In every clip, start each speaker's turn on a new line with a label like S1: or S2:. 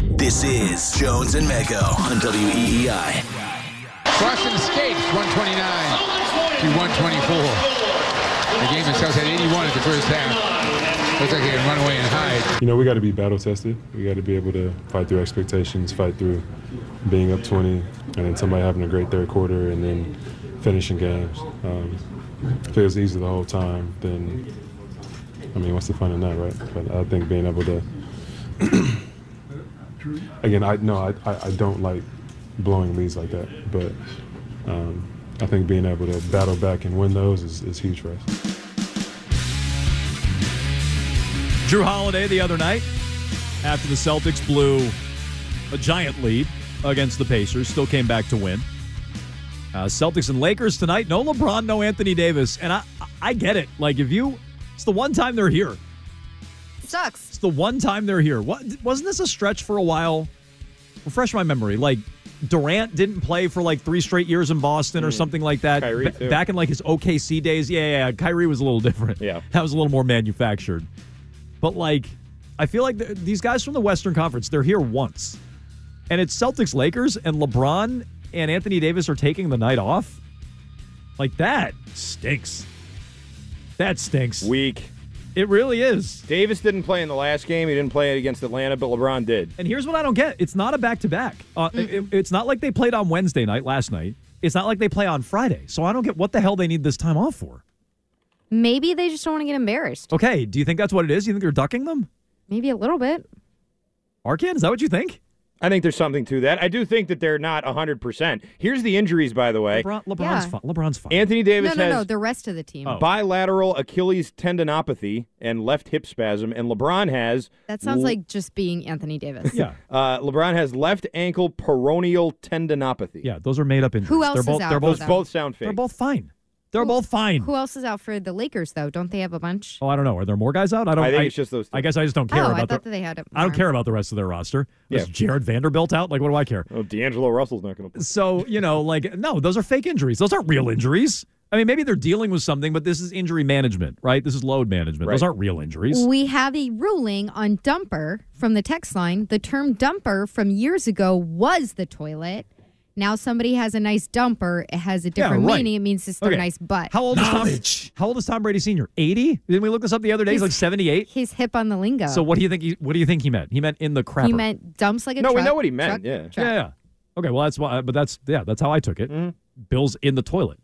S1: This is Jones and Mecco on E WEEI.
S2: Cross and escapes, 129 to 124. The game itself had 81 at the first half. Looks like they can run away and hide.
S3: You know, we got to be battle tested. We got to be able to fight through expectations, fight through being up 20, and then somebody having a great third quarter, and then finishing games. Um, if it was easy the whole time, then I mean, what's the fun in that, right? But I think being able to, again, I no, I, I, I don't like blowing leads like that, but um, I think being able to battle back and win those is, is huge for us.
S4: Drew Holiday the other night after the Celtics blew a giant lead against the Pacers, still came back to win. Uh, Celtics and Lakers tonight. No LeBron, no Anthony Davis, and I I get it. Like if you, it's the one time they're here.
S5: Sucks.
S4: It's the one time they're here. What wasn't this a stretch for a while? Refresh my memory. Like Durant didn't play for like three straight years in Boston or something like that.
S6: Hmm. Kyrie, too.
S4: Back in like his OKC days. Yeah, yeah, yeah. Kyrie was a little different.
S6: Yeah.
S4: that was a little more manufactured. But like, I feel like th- these guys from the Western Conference, they're here once, and it's Celtics Lakers, and LeBron and Anthony Davis are taking the night off. Like that stinks. That stinks.
S6: Weak.
S4: it really is.
S6: Davis didn't play in the last game. He didn't play against Atlanta, but LeBron did.
S4: And here's what I don't get: it's not a back to back. It's not like they played on Wednesday night last night. It's not like they play on Friday. So I don't get what the hell they need this time off for.
S5: Maybe they just don't want to get embarrassed.
S4: Okay, do you think that's what it is? You think they're ducking them?
S5: Maybe a little bit.
S4: Arkan, is that what you think?
S6: I think there's something to that. I do think that they're not 100%. Here's the injuries, by the way.
S4: LeBron, LeBron's
S5: Yeah.
S4: fine. LeBron's fine.
S6: Anthony
S5: No,
S6: Davis
S5: no,
S6: has
S5: no. The rest of the team.
S4: Oh.
S6: bilateral Achilles tendinopathy and left hip spasm, and LeBron has
S5: That sounds like just being Anthony Davis.
S4: yeah,
S6: uh, LeBron has left ankle peroneal tendinopathy.
S4: yeah. Those are made up injuries.
S5: Who else
S4: they're
S5: is
S4: both,
S5: out
S4: They're
S5: for
S4: both.
S6: Those both sound fake.
S4: They're both fine. They're both fine.
S5: Who else is out for the Lakers though? Don't they have a bunch?
S4: Oh, I don't know. Are there more guys out? I don't.
S6: I think it's just those two.
S4: I guess I just don't care
S5: oh,
S4: about.
S5: I
S4: the-
S5: thought that they had.
S4: I don't
S5: more.
S4: care about the rest of their roster.
S6: Yeah.
S4: Is Jared Vanderbilt out? Like, what do I care?
S6: oh, D'Angelo Russell's not going to play.
S4: So you know, like, no, those are fake injuries. Those aren't real injuries. I mean, maybe they're dealing with something, but this is injury management, right? This is load management. Those
S6: Right.
S4: aren't real injuries.
S5: We have a ruling on dumper from the text line. The term dumper from years ago was the toilet. Now somebody has a nice dumper. It has a different
S4: right.
S5: meaning. It means it's their
S4: Okay.
S5: nice butt.
S4: How old is
S1: Knowledge.
S4: Tom? How old is Tom Brady Senior? Eighty? Didn't we look this up the other day? He's like seventy-eight.
S5: He's hip on the lingo.
S4: So what do you think? He, what do you think he meant? He meant in the crapper.
S5: he meant dumps like a
S6: No, we
S5: truck,
S6: know what he meant,
S5: truck,
S6: yeah.
S5: truck.
S4: yeah, yeah. Okay. Well, that's why. But that's yeah. That's how I took it. Bill's in the toilet,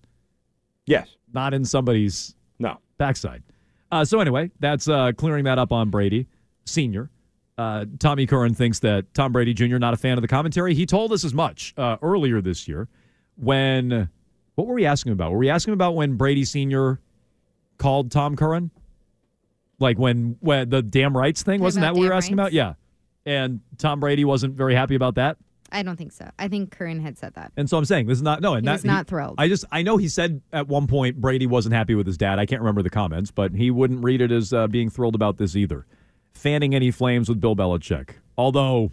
S6: Yes.
S4: not in somebody's
S6: No.
S4: backside. Uh, so anyway, that's uh, clearing that up on Brady Senior. Uh, Tommy Curran thinks that Tom Brady Jr. not a fan of the commentary. He told us as much uh, earlier this year when what were we asking about? Were we asking about when Brady Senior called Tom Curran, like when when the damn rights thing?
S5: Talking
S4: Wasn't
S5: about
S4: that what we were
S5: damn
S4: asking about?
S5: rights?
S4: Yeah. And Tom Brady wasn't very happy about that.
S5: I don't think so. I think Curran had said that.
S4: And so I'm saying this is not no, and
S5: He
S4: that,
S5: was not thrilled.
S4: I just I know he said at one point Brady wasn't happy with his dad. I can't remember the comments, but he wouldn't read it as uh, being thrilled about this either. Fanning any flames with Bill Belichick, although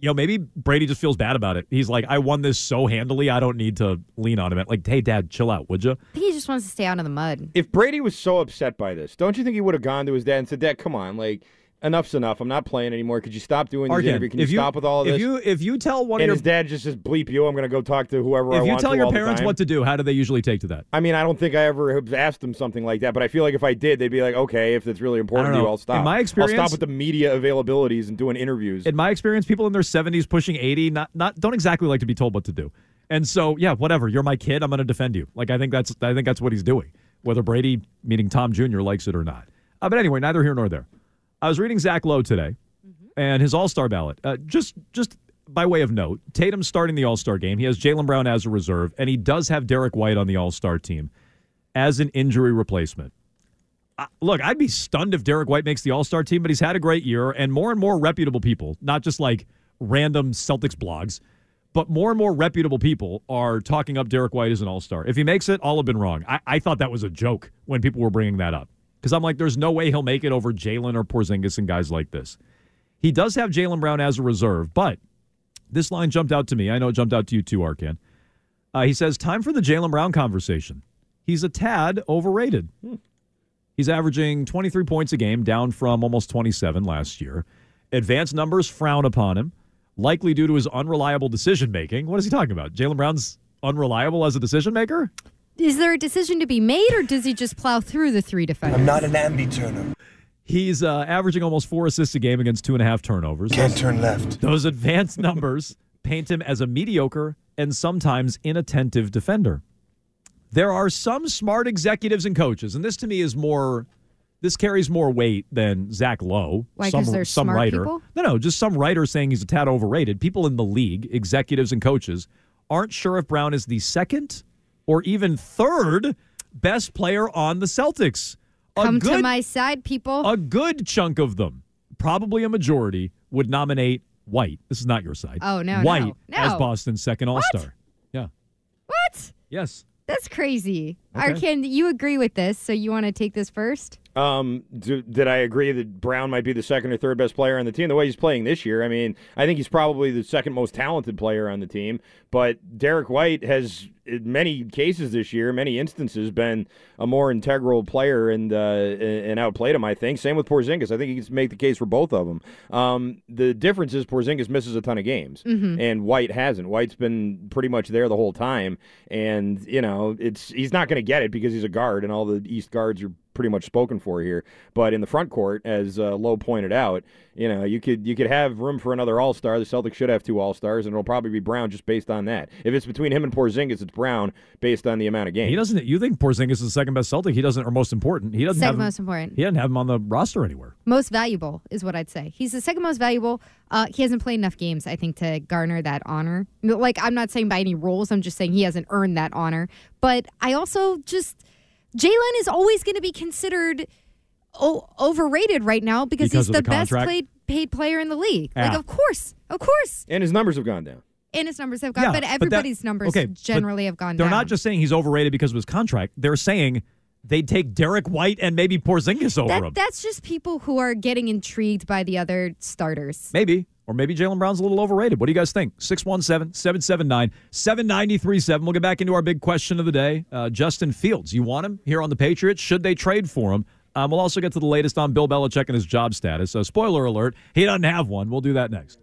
S4: you know maybe Brady just feels bad about it. He's like, I won this so handily, I don't need to lean on him. Like, hey, Dad, chill out, would you?
S5: I think he just wants to stay out of the mud.
S6: If Brady was so upset by this, don't you think he would have gone to his dad and said, Dad, come on, like, enough's enough. I'm not playing anymore. Could you stop doing this interview? Can you, stop with all of this?
S4: If you if you tell one
S6: and
S4: of
S6: his
S4: your
S6: dad just says, bleep you. I'm going to go talk to whoever I
S4: if you
S6: want
S4: tell
S6: to
S4: your
S6: all the
S4: parents
S6: time."
S4: what to do, how do they usually take to that?
S6: I mean, I don't think I ever have asked them something like that, but I feel like if I did, they'd be like, okay, if it's really important
S4: I
S6: to
S4: don't
S6: you,
S4: know.
S6: I'll stop.
S4: In my experience-
S6: I'll stop with the media availabilities and doing interviews.
S4: in my experience, people in their 70s pushing 80 not not don't exactly like to be told what to do. And so, yeah, whatever. You're my kid. I'm going to defend you. Like I think that's I think that's what he's doing, whether Brady, meaning Tom Jr., likes it or not. Uh, but anyway, neither here nor there. I was reading Zach Lowe today, and his All Star ballot. Uh, just just by way of note, Tatum's starting the All Star game. He has Jalen Brown as a reserve, and he does have Derek White on the All Star team as an injury replacement. I- Look, I'd be stunned if Derek White makes the All Star team, but he's had a great year, and more and more reputable people, not just like random Celtics blogs, but more and more reputable people are talking up Derek White as an All Star. If he makes it, all have been wrong. I, I thought that was a joke when people were bringing that up because I'm like, there's no way he'll make it over Jalen or Porzingis and guys like this. He does have Jalen Brown as a reserve, but this line jumped out to me. I know it jumped out to you too, Arkan. Uh, he says, "Time for the Jalen Brown conversation. He's a tad overrated." He's averaging 23 points a game, down from almost 27 last year. Advanced numbers frown upon him. likely due to his unreliable decision making. What is he talking about? Jalen Brown's unreliable as a decision maker?
S5: Is there a decision to be made, or does he just plow through the three defenders?
S7: I'm not an ambi turner.
S4: He's uh, averaging almost four assists a game against two and a half turnovers.
S7: Can't turn left.
S4: Those advanced numbers paint him as a mediocre and sometimes inattentive defender. There are some smart executives and coaches, and this to me is more. This carries more weight than Zach Lowe,
S5: Why, 'cause
S4: some,
S5: they're
S4: some
S5: smart
S4: writer.
S5: people?
S4: No, no, just some writer saying he's a tad overrated. People in the league, executives and coaches, aren't sure if Brown is the second or even third best player on the Celtics. A
S5: Come to
S4: good-
S5: my side, people.
S4: a good chunk of them, probably a majority, would nominate White. This is not your side.
S5: Oh, no, no,
S4: White
S5: no.
S4: as Boston's second All Star. Yeah.
S5: what?
S4: Yes.
S5: That's crazy.
S4: Okay.
S5: Arkan, you agree with this, so you want to take this first?
S6: Um, do, did I agree that Brown might be the second or third best player on the team? The way he's playing this year, I mean, I think he's probably the second most talented player on the team. But Derek White has, in many cases this year, many instances, been a more integral player and uh, and outplayed him. I think. Same with Porzingis. I think you can make the case for both of them. Um, the difference is Porzingis misses a ton of games, and White hasn't. White's been pretty much there the whole time, and you know, it's he's not going to get it because he's a guard, and all the East guards are pretty much spoken for here. But in the front court, as uh, Lowe pointed out, you know you could you could have room for another All Star. The Celtics should have two All Stars, and it'll probably be Brown just based on that. If it's between him and Porzingis, it's Brown based on the amount of games.
S4: He doesn't. You think Porzingis is the second best Celtic? He doesn't, or most important, he doesn't
S5: Second
S4: have. him-
S5: most important.
S4: He doesn't have him on the roster anywhere.
S5: Most valuable is what I'd say. He's the second most valuable. Uh, he hasn't played enough games, I think, to garner that honor. No, Like, I'm not saying by any rules, I'm just saying he hasn't earned that honor. But I also just, Jalen is always going to be considered o- overrated right now because,
S4: Because
S5: he's
S4: of the
S5: the, best
S4: contract?
S5: played, paid player in the league. Like,
S4: Yeah.
S5: of course, of course.
S6: and his numbers have gone down.
S5: And his numbers have gone,
S4: yeah,
S5: but
S4: that-
S5: everybody's numbers
S4: okay, but
S5: generally have gone
S4: They're
S5: down.
S4: not just saying he's overrated because of his contract. They're saying they'd take Derek White and maybe Porzingis over him.
S5: That, that's just people who are getting intrigued by the other starters.
S4: Maybe. Or maybe Jalen Brown's a little overrated. What do you guys think? 617 779 7937. We'll get back into our big question of the day. Uh, Justin Fields, you want him here on the Patriots? Should they trade for him? Uh, Um, we'll also get to the latest on Bill Belichick and his job status. So, spoiler alert, he doesn't have one. We'll do that next.